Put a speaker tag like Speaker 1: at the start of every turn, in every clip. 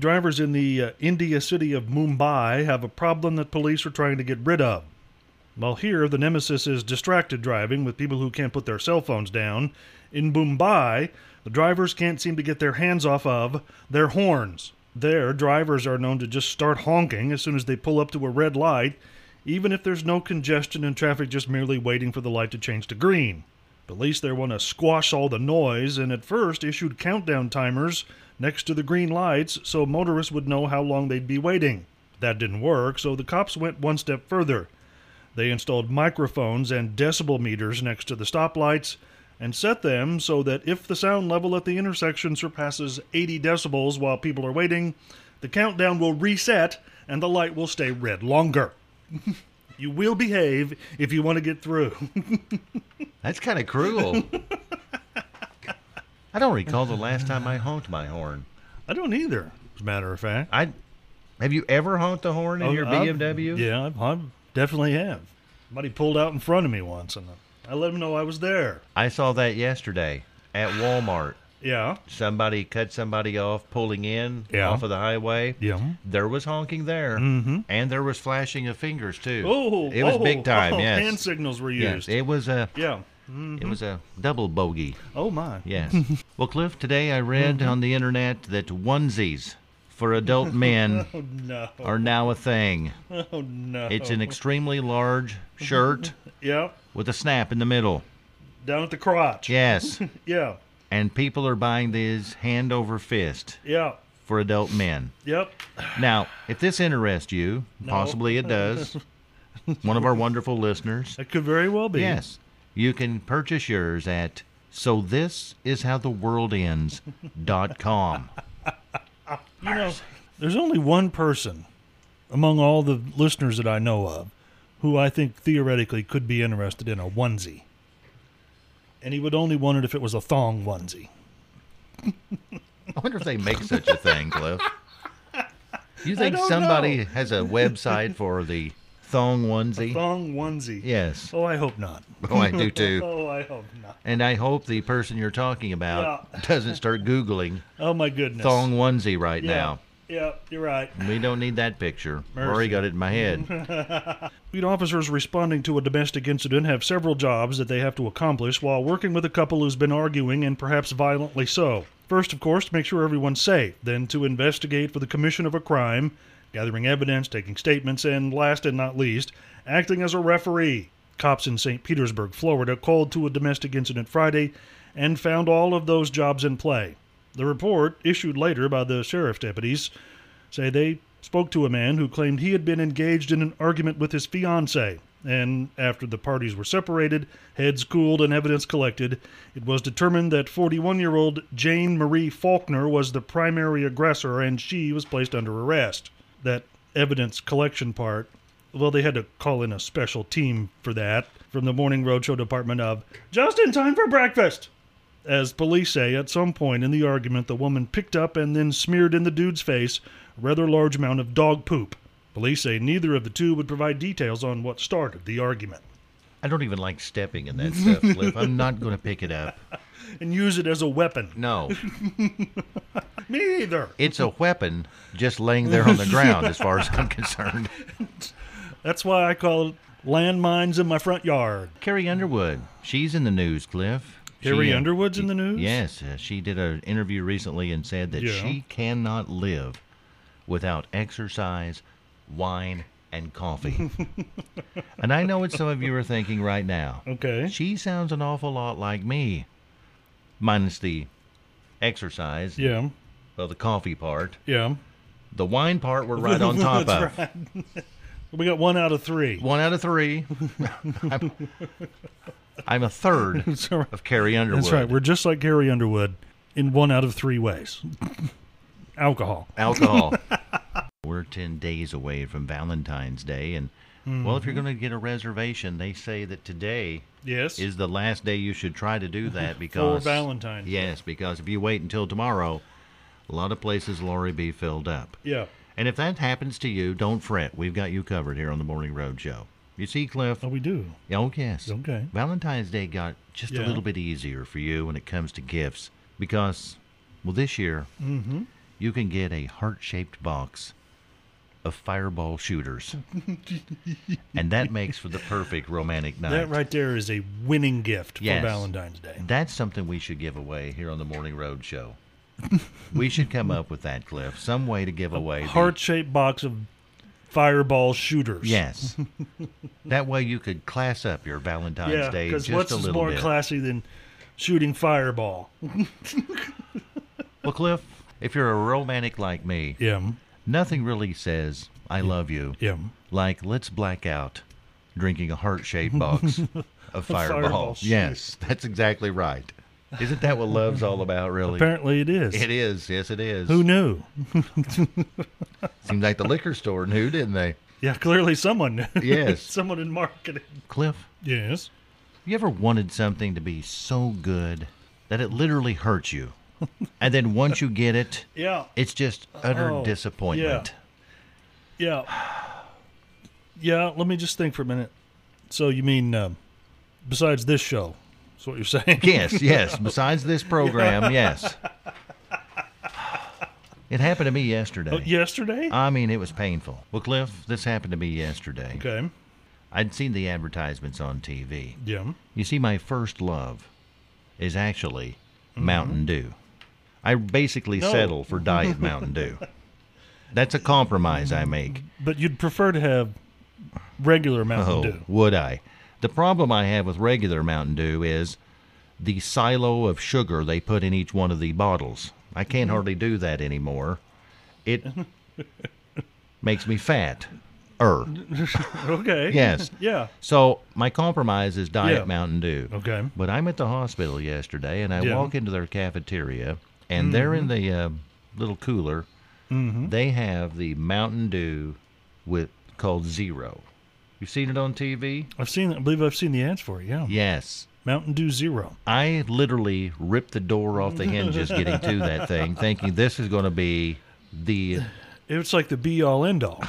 Speaker 1: Drivers in the uh, India city of Mumbai have a problem that police are trying to get rid of. While here, the nemesis is distracted driving with people who can't put their cell phones down. In Mumbai, the drivers can't seem to get their hands off of their horns. There, drivers are known to just start honking as soon as they pull up to a red light, even if there's no congestion and traffic just merely waiting for the light to change to green. Police there want to squash all the noise and at first issued countdown timers next to the green lights so motorists would know how long they'd be waiting. That didn't work, so the cops went one step further. They installed microphones and decibel meters next to the stoplights and set them so that if the sound level at the intersection surpasses 80 decibels while people are waiting, the countdown will reset and the light will stay red longer. you will behave if you want to get through.
Speaker 2: That's kind of cruel. I don't recall the last time I honked my horn.
Speaker 1: I don't either, as a matter of fact.
Speaker 2: I have you ever honked a horn in your
Speaker 1: Oh, I've-
Speaker 2: BMW?
Speaker 1: yeah, I've, I've definitely have. Somebody pulled out in front of me once and I let him know I was there.
Speaker 2: I saw that yesterday at Walmart.
Speaker 1: Yeah.
Speaker 2: Somebody cut somebody off pulling in
Speaker 1: Yeah.
Speaker 2: off of the highway.
Speaker 1: Yeah.
Speaker 2: There was honking there, mm-hmm. and there was flashing of fingers too.
Speaker 1: Oh,
Speaker 2: it was
Speaker 1: oh,
Speaker 2: big time.
Speaker 1: oh,
Speaker 2: yes,
Speaker 1: hand signals were
Speaker 2: yes,
Speaker 1: used. Mm-hmm.
Speaker 2: it was a
Speaker 1: yeah.
Speaker 2: it was a double bogey.
Speaker 1: Oh my.
Speaker 2: Yes. well, Cliff, today I read on the internet that onesies for adult men
Speaker 1: Oh no.
Speaker 2: are now a thing.
Speaker 1: Oh no.
Speaker 2: It's an extremely large shirt
Speaker 1: yeah.
Speaker 2: with a snap in the middle.
Speaker 1: Down at the crotch.
Speaker 2: Yes.
Speaker 1: Yeah.
Speaker 2: And people are buying these hand over fist
Speaker 1: Yeah.
Speaker 2: for adult men.
Speaker 1: Yep.
Speaker 2: Now, if this interests you, possibly it does, one of our wonderful listeners,
Speaker 1: That could very well be.
Speaker 2: yes, you can purchase yours at so this is how the world ends.com.
Speaker 1: You know, there's only one person among all the listeners that I know of who I think theoretically could be interested in a onesie. And he would only want it if it was a thong onesie.
Speaker 2: I wonder if they make such a thing, Cliff. You think
Speaker 1: don't
Speaker 2: somebody has a website for the thong onesie?
Speaker 1: Thong onesie.
Speaker 2: Yes.
Speaker 1: Oh, I hope not.
Speaker 2: Oh, I do too.
Speaker 1: Oh, I hope not.
Speaker 2: And I hope the person you're talking about
Speaker 1: Yeah.
Speaker 2: doesn't start Googling
Speaker 1: Oh my goodness.
Speaker 2: thong onesie right
Speaker 1: yeah.
Speaker 2: now.
Speaker 1: Yeah, you're right.
Speaker 2: We don't need that picture.
Speaker 1: Mercy.
Speaker 2: Already got it in my head.
Speaker 1: Lead officers responding to a domestic incident have several jobs that they have to accomplish while working with a couple who's been arguing and perhaps violently so. First, of course, to make sure everyone's safe, then to investigate for the commission of a crime, gathering evidence, taking statements, and last and not least, acting as a referee. Cops in St. Petersburg, Florida, called to a domestic incident Friday and found all of those jobs in play. The report, issued later by the sheriff's deputies, say they spoke to a man who claimed he had been engaged in an argument with his fiancee. And after the parties were separated, heads cooled, and evidence collected, it was determined that 41 year old Jane Marie Faulkner was the primary aggressor and she was placed under arrest. That evidence collection part, well, they had to call in a special team for that from the Morning Roadshow Department of Just in Time for Breakfast. As police say, at some point in the argument, the woman picked up and then smeared in the dude's face a rather large amount of dog poop. Police say neither of the two would provide details on what started the argument
Speaker 2: I don't even like stepping in that stuff, Cliff. I'm not going to pick it up.
Speaker 1: and use it as a weapon.
Speaker 2: No.
Speaker 1: Me either.
Speaker 2: It's a weapon just laying there on the ground, as far as I'm concerned.
Speaker 1: That's why I call it landmines in my front yard.
Speaker 2: Carrie Underwood. She's in the news, Cliff. She,
Speaker 1: Harry
Speaker 2: uh,
Speaker 1: Underwood's in the news?
Speaker 2: Yes, uh, she did an interview recently and said that
Speaker 1: Yeah.
Speaker 2: she cannot live without exercise, wine, and coffee. and I know what some of you are thinking right now.
Speaker 1: Okay.
Speaker 2: She sounds an awful lot like me, minus the exercise,
Speaker 1: Yeah.
Speaker 2: well, the coffee part.
Speaker 1: Yeah.
Speaker 2: The wine part we're right on top
Speaker 1: That's
Speaker 2: of.
Speaker 1: right. we got one out of three.
Speaker 2: One out of three. I'm, I'm a third
Speaker 1: That's all right.
Speaker 2: of Carrie Underwood.
Speaker 1: That's right. We're just like Gary Underwood. in one out of three ways alcohol.
Speaker 2: alcohol. We're 10 days away from Valentine's Day. And, well, if you're
Speaker 1: Mm-hmm.
Speaker 2: going to get a reservation, they say that today
Speaker 1: Yes.
Speaker 2: is the last day you should try to do that
Speaker 1: for
Speaker 2: because.
Speaker 1: Valentine's.
Speaker 2: Yes, because if you wait until tomorrow, a lot of places will already be filled up.
Speaker 1: Yeah.
Speaker 2: And if that happens to you, don't fret. We've got you covered here on the Morning Road Show. You see, Cliff?
Speaker 1: Oh, we do.
Speaker 2: Oh, yes.
Speaker 1: Okay.
Speaker 2: Valentine's Day got just a
Speaker 1: Yeah.
Speaker 2: little bit easier for you when it comes to gifts because, well, this year
Speaker 1: Mm-hmm.
Speaker 2: you can get a heart shaped box of fireball shooters. and that makes for the perfect romantic night.
Speaker 1: That right there is a winning gift
Speaker 2: Yes.
Speaker 1: for Valentine's Day.
Speaker 2: That's something we should give away here on the Morning Road Show. we should come up with that, Cliff. Some way to give away. the-
Speaker 1: Heart shaped box of fireball shooters.
Speaker 2: Yes. that way you could class up your Valentine's
Speaker 1: Yeah.
Speaker 2: Day
Speaker 1: Because
Speaker 2: just
Speaker 1: what's
Speaker 2: a
Speaker 1: is
Speaker 2: little
Speaker 1: more
Speaker 2: bit.
Speaker 1: classy than shooting fireball?
Speaker 2: well, Cliff, if you're a romantic like me,
Speaker 1: Yeah.
Speaker 2: nothing really says I love you
Speaker 1: Yeah.
Speaker 2: like let's black out drinking a heart-shaped box of
Speaker 1: fireball
Speaker 2: fireball.
Speaker 1: shoot.
Speaker 2: Yes, that's exactly right. Isn't that what love's all about, really?
Speaker 1: Apparently it is.
Speaker 2: It is. Yes, it is.
Speaker 1: Who knew?
Speaker 2: Seems like the liquor store knew, didn't they?
Speaker 1: Yeah, clearly someone knew.
Speaker 2: Yes.
Speaker 1: someone in marketing.
Speaker 2: Cliff,
Speaker 1: Yes.
Speaker 2: you ever wanted something to be so good that it literally hurts you? And then once you get it,
Speaker 1: Yeah.
Speaker 2: it's just utter
Speaker 1: Oh,
Speaker 2: disappointment.
Speaker 1: Yeah. Yeah, let me just think for a minute. So you mean um, besides this show? That's what you're saying.
Speaker 2: Yes, yes. Besides this program, yes. It happened to me yesterday.
Speaker 1: Oh, yesterday?
Speaker 2: I mean, it was painful. Well, Cliff, this happened to me yesterday.
Speaker 1: okay.
Speaker 2: I'd seen the advertisements on TV.
Speaker 1: Yeah.
Speaker 2: You see, my first love is actually Mountain Dew. I basically
Speaker 1: Mm-hmm. No.
Speaker 2: settle for Diet Mountain Dew. That's a compromise I make.
Speaker 1: But you'd prefer to have regular Mountain
Speaker 2: Oh,
Speaker 1: Dew.
Speaker 2: would I? The problem I have with regular Mountain Dew is the silo of sugar they put in each one of the bottles. I can't
Speaker 1: Mm-hmm.
Speaker 2: hardly do that anymore. It makes me fat. Er.
Speaker 1: Okay.
Speaker 2: Yes.
Speaker 1: Yeah.
Speaker 2: So my compromise is Diet
Speaker 1: Yeah.
Speaker 2: Mountain Dew.
Speaker 1: Okay.
Speaker 2: But I'm at the hospital yesterday, and I
Speaker 1: Yeah. Mm-hmm.
Speaker 2: walk into their cafeteria, and there in the uh, little cooler, they have the Mountain Dew with called Zero. You've seen it on TV?
Speaker 1: I've seen I believe I've seen the ads for it, yeah.
Speaker 2: Yes.
Speaker 1: Mountain Dew Zero.
Speaker 2: I literally ripped the door off the hinges getting to that thing, thinking this is going to be the
Speaker 1: It's like the be all end all.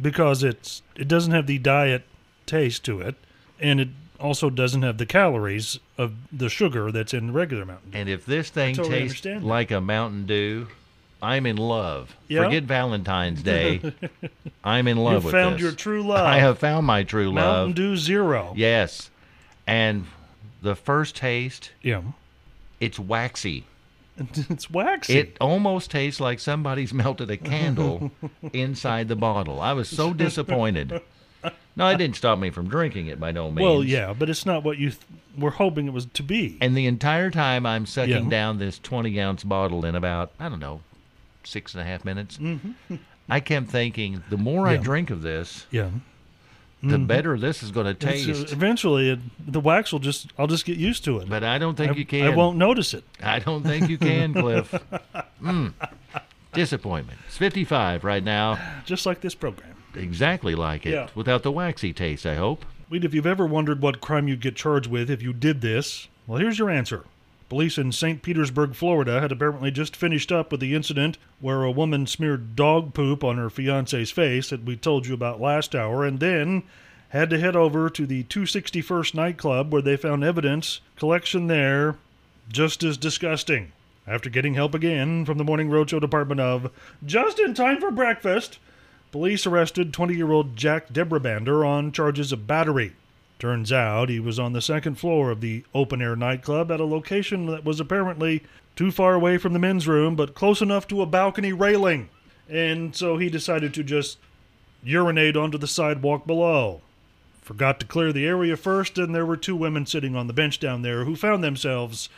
Speaker 1: Because it's it doesn't have the diet taste to it and it also doesn't have the calories of the sugar that's in regular Mountain Dew.
Speaker 2: And if this thing
Speaker 1: totally
Speaker 2: tastes
Speaker 1: understand that.
Speaker 2: like a Mountain Dew, I'm in love.
Speaker 1: Yeah.
Speaker 2: Forget Valentine's Day. I'm in love
Speaker 1: You
Speaker 2: with
Speaker 1: found
Speaker 2: this.
Speaker 1: your true love.
Speaker 2: I have found my true
Speaker 1: Mountain
Speaker 2: love.
Speaker 1: Dew Zero.
Speaker 2: Yes. And the first taste,
Speaker 1: Yeah.
Speaker 2: it's waxy.
Speaker 1: It's waxy.
Speaker 2: It almost tastes like somebody's melted a candle inside the bottle. I was so disappointed. No, it didn't stop me from drinking it by no means.
Speaker 1: well, yeah, but it's not what you th- were hoping it was to be.
Speaker 2: And the entire time I'm sucking
Speaker 1: Yeah.
Speaker 2: down this 20 ounce bottle in about, I don't know, six and a half minutes, I kept thinking the more I
Speaker 1: Mm-hmm. Yeah.
Speaker 2: drink of this,
Speaker 1: yeah.
Speaker 2: the better this is going to
Speaker 1: It's- uh,
Speaker 2: taste.
Speaker 1: eventually, it, the wax will just, I'll just get used to it.
Speaker 2: but I don't think
Speaker 1: I,
Speaker 2: you can.
Speaker 1: I won't notice it.
Speaker 2: I don't think you can, Cliff. Mm. Disappointment. It's 55 right now,
Speaker 1: Just like this program.
Speaker 2: exactly like it,
Speaker 1: Yeah.
Speaker 2: without the waxy taste, I hope.
Speaker 1: Wait, if you've ever wondered what crime you'd get charged with if you did this, well, here's your answer. Police in St. Petersburg, Florida had apparently just finished up with the incident where a woman smeared dog poop on her fiance's face that we told you about last hour and then had to head over to the 261st nightclub where they found evidence collection there just as disgusting. After getting help again from the Morning Roadshow Department of Just in Time for Breakfast, Police arrested 20 year old Jack Debrabander on charges of battery. Turns out he was on the second floor of the open air nightclub at a location that was apparently too far away from the men's room, but close enough to a balcony railing. And so he decided to just urinate onto the sidewalk below. Forgot to clear the area first, and there were two women sitting on the bench down there who found themselves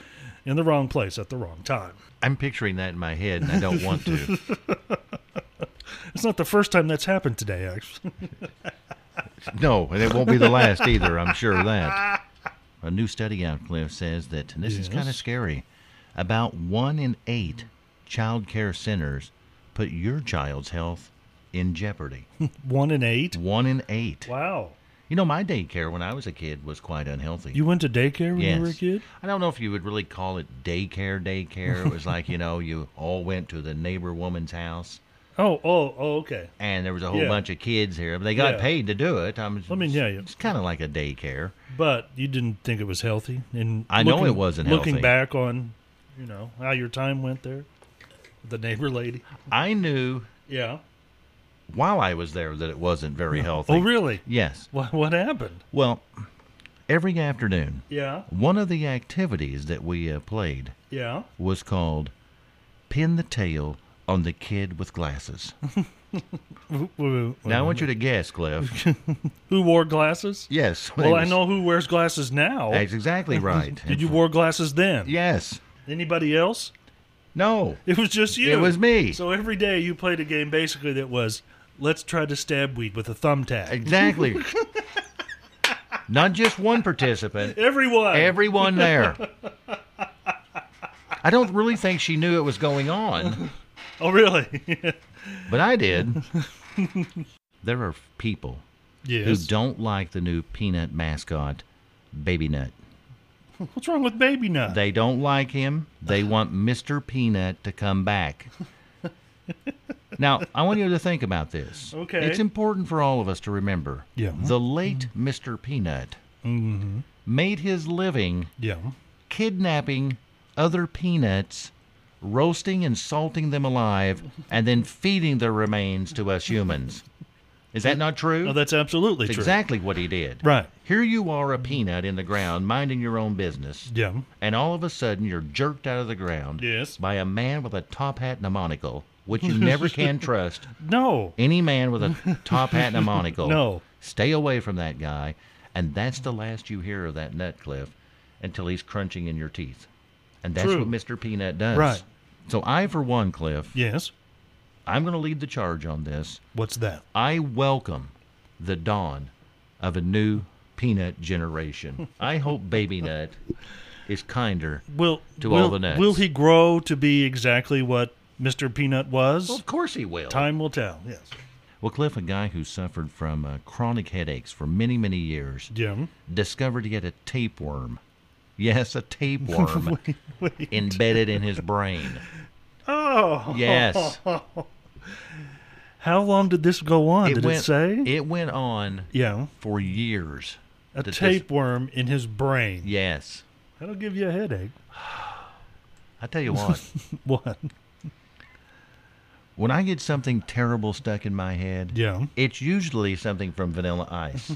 Speaker 1: in the wrong place at the wrong time.
Speaker 2: I'm picturing that in my head, and I don't want to.
Speaker 1: It's not the first time that's happened today, actually.
Speaker 2: No, and it won't be the last either, I'm sure of that. A new study out, Cliff, says that, and this is kind of
Speaker 1: Yes.
Speaker 2: scary, About one in eight child care centers put your child's health in jeopardy.
Speaker 1: One in eight.
Speaker 2: one in eight.
Speaker 1: Wow.
Speaker 2: You know, my daycare when I was a kid was quite unhealthy.
Speaker 1: You went to daycare when you were a kid?
Speaker 2: I don't know if you would really call it daycare, daycare. It was like, you know, you all went to the neighbor woman's house
Speaker 1: Oh, oh, oh, okay.
Speaker 2: and there was a whole
Speaker 1: Yeah.
Speaker 2: bunch of kids here. But they got
Speaker 1: Yeah.
Speaker 2: paid to do it. I'm,
Speaker 1: I mean, yeah, yeah.
Speaker 2: It's kind of like a daycare.
Speaker 1: But you didn't think it was healthy, and
Speaker 2: I know it wasn't
Speaker 1: Looking
Speaker 2: healthy.
Speaker 1: back on, you know, how your time went there, the neighbor lady.
Speaker 2: I knew
Speaker 1: Yeah.
Speaker 2: while I was there that it wasn't very healthy.
Speaker 1: Oh, really?
Speaker 2: Yes.
Speaker 1: What what happened?
Speaker 2: Well, every afternoon,
Speaker 1: Yeah.
Speaker 2: one of the activities that we uh, played
Speaker 1: Yeah.
Speaker 2: was called Pin the Tail on the Kid with Glasses.
Speaker 1: Who, who, who-
Speaker 2: Now, I want you to guess, Cliff.
Speaker 1: who wore glasses?
Speaker 2: yes.
Speaker 1: Well, I
Speaker 2: it was-
Speaker 1: know who wears glasses now.
Speaker 2: That's exactly right.
Speaker 1: Did you wear glasses then?
Speaker 2: Yes.
Speaker 1: Anybody else?
Speaker 2: No.
Speaker 1: It was just you.
Speaker 2: It was me.
Speaker 1: So every day you played a game basically that was, let's try to stab weed with a thumbtack.
Speaker 2: Exactly. Not just one participant,
Speaker 1: Everyone.
Speaker 2: everyone there. I don't really think she knew it was going on,
Speaker 1: oh, really?
Speaker 2: but I did. There are people who
Speaker 1: yes.
Speaker 2: don't like the new peanut mascot, Baby Nut.
Speaker 1: What's wrong with Baby Nut?
Speaker 2: They don't like him. They want Mr. Peanut to come back. now, I want you to think about this.
Speaker 1: Okay.
Speaker 2: It's important for all of us to remember.
Speaker 1: Yeah. Mm-hmm.
Speaker 2: The late Mr. Peanut made his living
Speaker 1: yeah.
Speaker 2: kidnapping other peanuts, roasting and salting them alive, and then feeding their remains to us humans. Is that not true?
Speaker 1: No, that's absolutely
Speaker 2: That's
Speaker 1: true.
Speaker 2: exactly what he did.
Speaker 1: Right.
Speaker 2: Here you are, a peanut in the ground, minding your own business
Speaker 1: Yeah.
Speaker 2: and all of a sudden you're jerked out of the ground
Speaker 1: Yes.
Speaker 2: by a man with a top hat and a monocle, which you never can trust.
Speaker 1: No.
Speaker 2: Any man with a top hat and a monocle.
Speaker 1: No.
Speaker 2: Stay away from that guy. And that's the last you hear of that nut cliff until he's crunching in your teeth. And that's
Speaker 1: True.
Speaker 2: what Mr. Peanut does.
Speaker 1: Right.
Speaker 2: So I, for one, Cliff,
Speaker 1: Yes.
Speaker 2: I'm going to lead the charge on this.
Speaker 1: What's that?
Speaker 2: I welcome the dawn of a new peanut generation. I hope Baby Nut is kinder
Speaker 1: Will
Speaker 2: To
Speaker 1: will,
Speaker 2: all the nuts.
Speaker 1: Will he grow to be exactly what Mr. Peanut was?
Speaker 2: Well, of course he will.
Speaker 1: Time will tell. Yes.
Speaker 2: Well, Cliff, a guy who suffered from uh, chronic headaches for many, many years,
Speaker 1: Yeah.
Speaker 2: discovered he had a tapeworm. Yes, a tapeworm embedded in his brain.
Speaker 1: Oh.
Speaker 2: Yes.
Speaker 1: How long did this go on? did
Speaker 2: went,
Speaker 1: it say?
Speaker 2: It went on
Speaker 1: yeah.
Speaker 2: for years.
Speaker 1: A
Speaker 2: Did this-
Speaker 1: tapeworm in his brain.
Speaker 2: Yes.
Speaker 1: That'll give you a headache.
Speaker 2: I tell you what,
Speaker 1: What?
Speaker 2: when I get something terrible stuck in my head,
Speaker 1: Yeah.
Speaker 2: it's usually something from Vanilla Ice.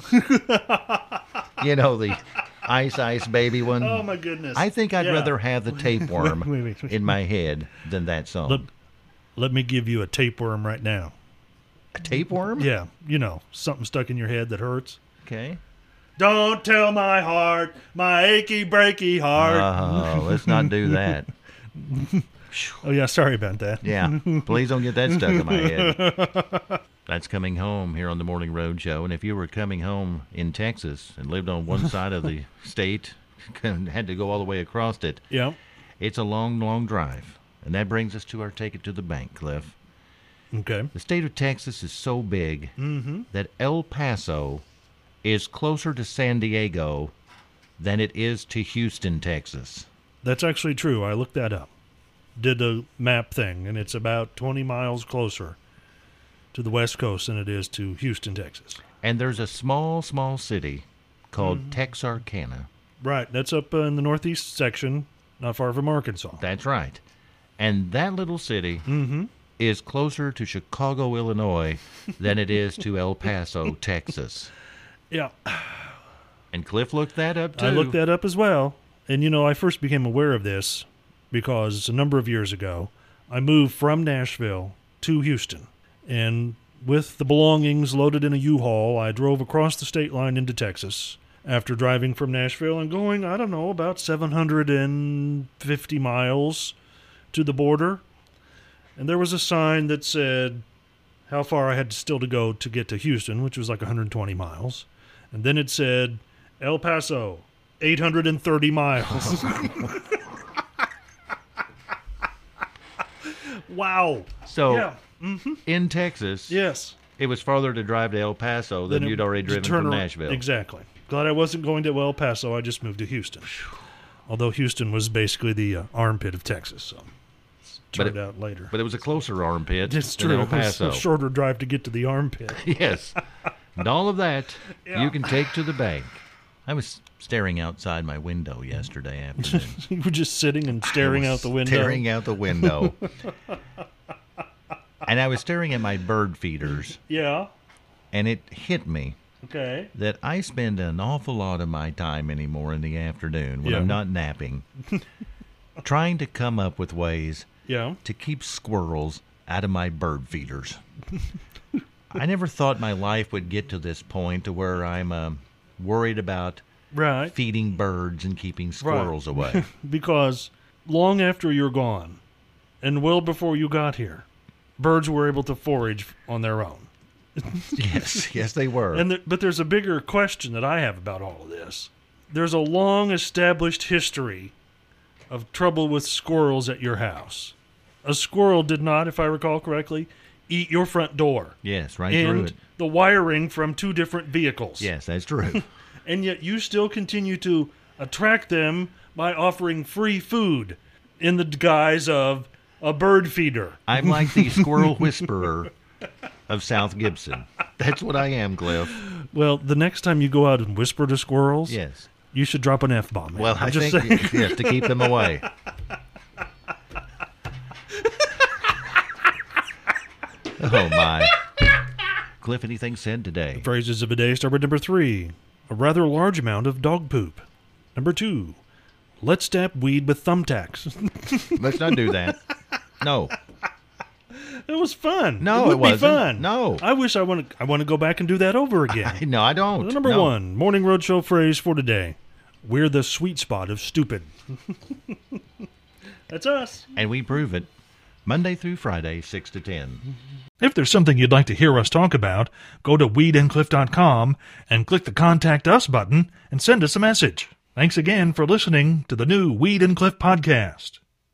Speaker 2: you know, the Ice Ice Baby one.
Speaker 1: Oh my goodness.
Speaker 2: I think I'd
Speaker 1: Yeah.
Speaker 2: rather have the tapeworm
Speaker 1: Wait, wait, wait.
Speaker 2: in my head than that song.
Speaker 1: Look, let me give you a tapeworm right now.
Speaker 2: a tapeworm?
Speaker 1: Yeah, you know, something stuck in your head that hurts.
Speaker 2: Okay.
Speaker 1: Don't tell my heart, my achy breaky heart.
Speaker 2: Oh, let's not do that.
Speaker 1: oh yeah, sorry about that.
Speaker 2: Yeah. Please don't get that stuck in my head. That's coming home here on the Morning Road Show. And if you were coming home in Texas and lived on one side of the state and had to go all the way across it,
Speaker 1: Yeah.
Speaker 2: it's a long, long drive. And that brings us to our take it to the bank, Cliff.
Speaker 1: Okay.
Speaker 2: The state of Texas is so big that El Paso is closer to San Diego than it is to Houston, Texas.
Speaker 1: That's actually true. I looked that up. Did the map thing and it's about 20 miles closer to the west coast than it is to Houston, Texas.
Speaker 2: And there's a small, small city called
Speaker 1: Mm-hmm.
Speaker 2: Texarkana.
Speaker 1: Right. That's up uh, in the northeast section, not far from Arkansas.
Speaker 2: That's right. And that little city
Speaker 1: Mm-hmm.
Speaker 2: is closer to Chicago, Illinois than it is to El Paso, Texas.
Speaker 1: Yeah.
Speaker 2: And Cliff looked that up too.
Speaker 1: I looked that up as well. And you know, I first became aware of this because a number of years ago, I moved from Nashville to Houston. And with the belongings loaded in a U-Haul, I drove across the state line into Texas after driving from Nashville and going, I don't know, about 750 miles to the border. And there was a sign that said how far I had still to go to get to Houston, which was like 120 miles. And then it said El Paso, 830 miles. Wow.
Speaker 2: So
Speaker 1: Yeah.
Speaker 2: in Texas,
Speaker 1: Yes.
Speaker 2: it was farther to drive to El Paso than
Speaker 1: it-
Speaker 2: you'd already
Speaker 1: to
Speaker 2: driven
Speaker 1: turn
Speaker 2: from
Speaker 1: around-
Speaker 2: Nashville.
Speaker 1: Exactly. Glad I wasn't going to El Paso. I just moved to Houston. Although Houston was basically the uh, armpit of Texas, so it's
Speaker 2: But it-
Speaker 1: turned out later.
Speaker 2: But it was a closer armpit
Speaker 1: it's
Speaker 2: than
Speaker 1: true.
Speaker 2: El
Speaker 1: It was
Speaker 2: Paso.
Speaker 1: a shorter drive to get to the armpit.
Speaker 2: yes. And all of that
Speaker 1: Yeah.
Speaker 2: you can take to the bank. I was staring outside my window yesterday afternoon.
Speaker 1: you were just sitting and staring
Speaker 2: I
Speaker 1: out
Speaker 2: was
Speaker 1: the window.
Speaker 2: Staring out the window. and I was staring at my bird feeders,
Speaker 1: Yeah.
Speaker 2: and it hit me
Speaker 1: Okay.
Speaker 2: that I spend an awful lot of my time anymore in the afternoon when
Speaker 1: Yeah.
Speaker 2: I'm not napping trying to come up with ways
Speaker 1: Yeah.
Speaker 2: to keep squirrels out of my bird feeders. I never thought my life would get to this point to where I'm um worried about
Speaker 1: Right.
Speaker 2: feeding birds and keeping squirrels away.
Speaker 1: Because long after you're gone, and well before you got here, birds were able to forage on their own.
Speaker 2: yes, yes, they were.
Speaker 1: And there, but there's a bigger question that I have about all of this. There's a long established history of trouble with squirrels at your house. A squirrel did not, if I recall correctly, eat your front door
Speaker 2: yes, right through
Speaker 1: and
Speaker 2: it.
Speaker 1: the wiring from two different vehicles.
Speaker 2: Yes, that's true.
Speaker 1: And yet you still continue to attract them by offering free food in the guise of a bird feeder.
Speaker 2: I'm like the squirrel whisperer of South Gibson. That's what I am, Cliff.
Speaker 1: Well, the next time you go out and whisper to squirrels,
Speaker 2: Yes.
Speaker 1: you should drop an F bomb.
Speaker 2: Well,
Speaker 1: I'm
Speaker 2: I
Speaker 1: just
Speaker 2: think
Speaker 1: saying.
Speaker 2: yes, to keep them away. oh my. Cliff, anything said today?
Speaker 1: Phrases of the day start with number three, a rather large amount of dog poop. Number two, let's stab weed with thumbtacks.
Speaker 2: Let's not do that. No.
Speaker 1: it was fun.
Speaker 2: No,
Speaker 1: would
Speaker 2: it wasn't.
Speaker 1: Be fun.
Speaker 2: No.
Speaker 1: I wish I want to. I want to go back and do that over again.
Speaker 2: No, I don't.
Speaker 1: number
Speaker 2: No.
Speaker 1: one, morning roadshow phrase for today: We're the sweet spot of stupid. That's us.
Speaker 2: And we prove it Monday through Friday, 6 to 10.
Speaker 1: If there's something you'd like to hear us talk about, go to weedandcliff.com and click the Contact Us button and send us a message. Thanks again for listening to the new Weed and Cliff podcast.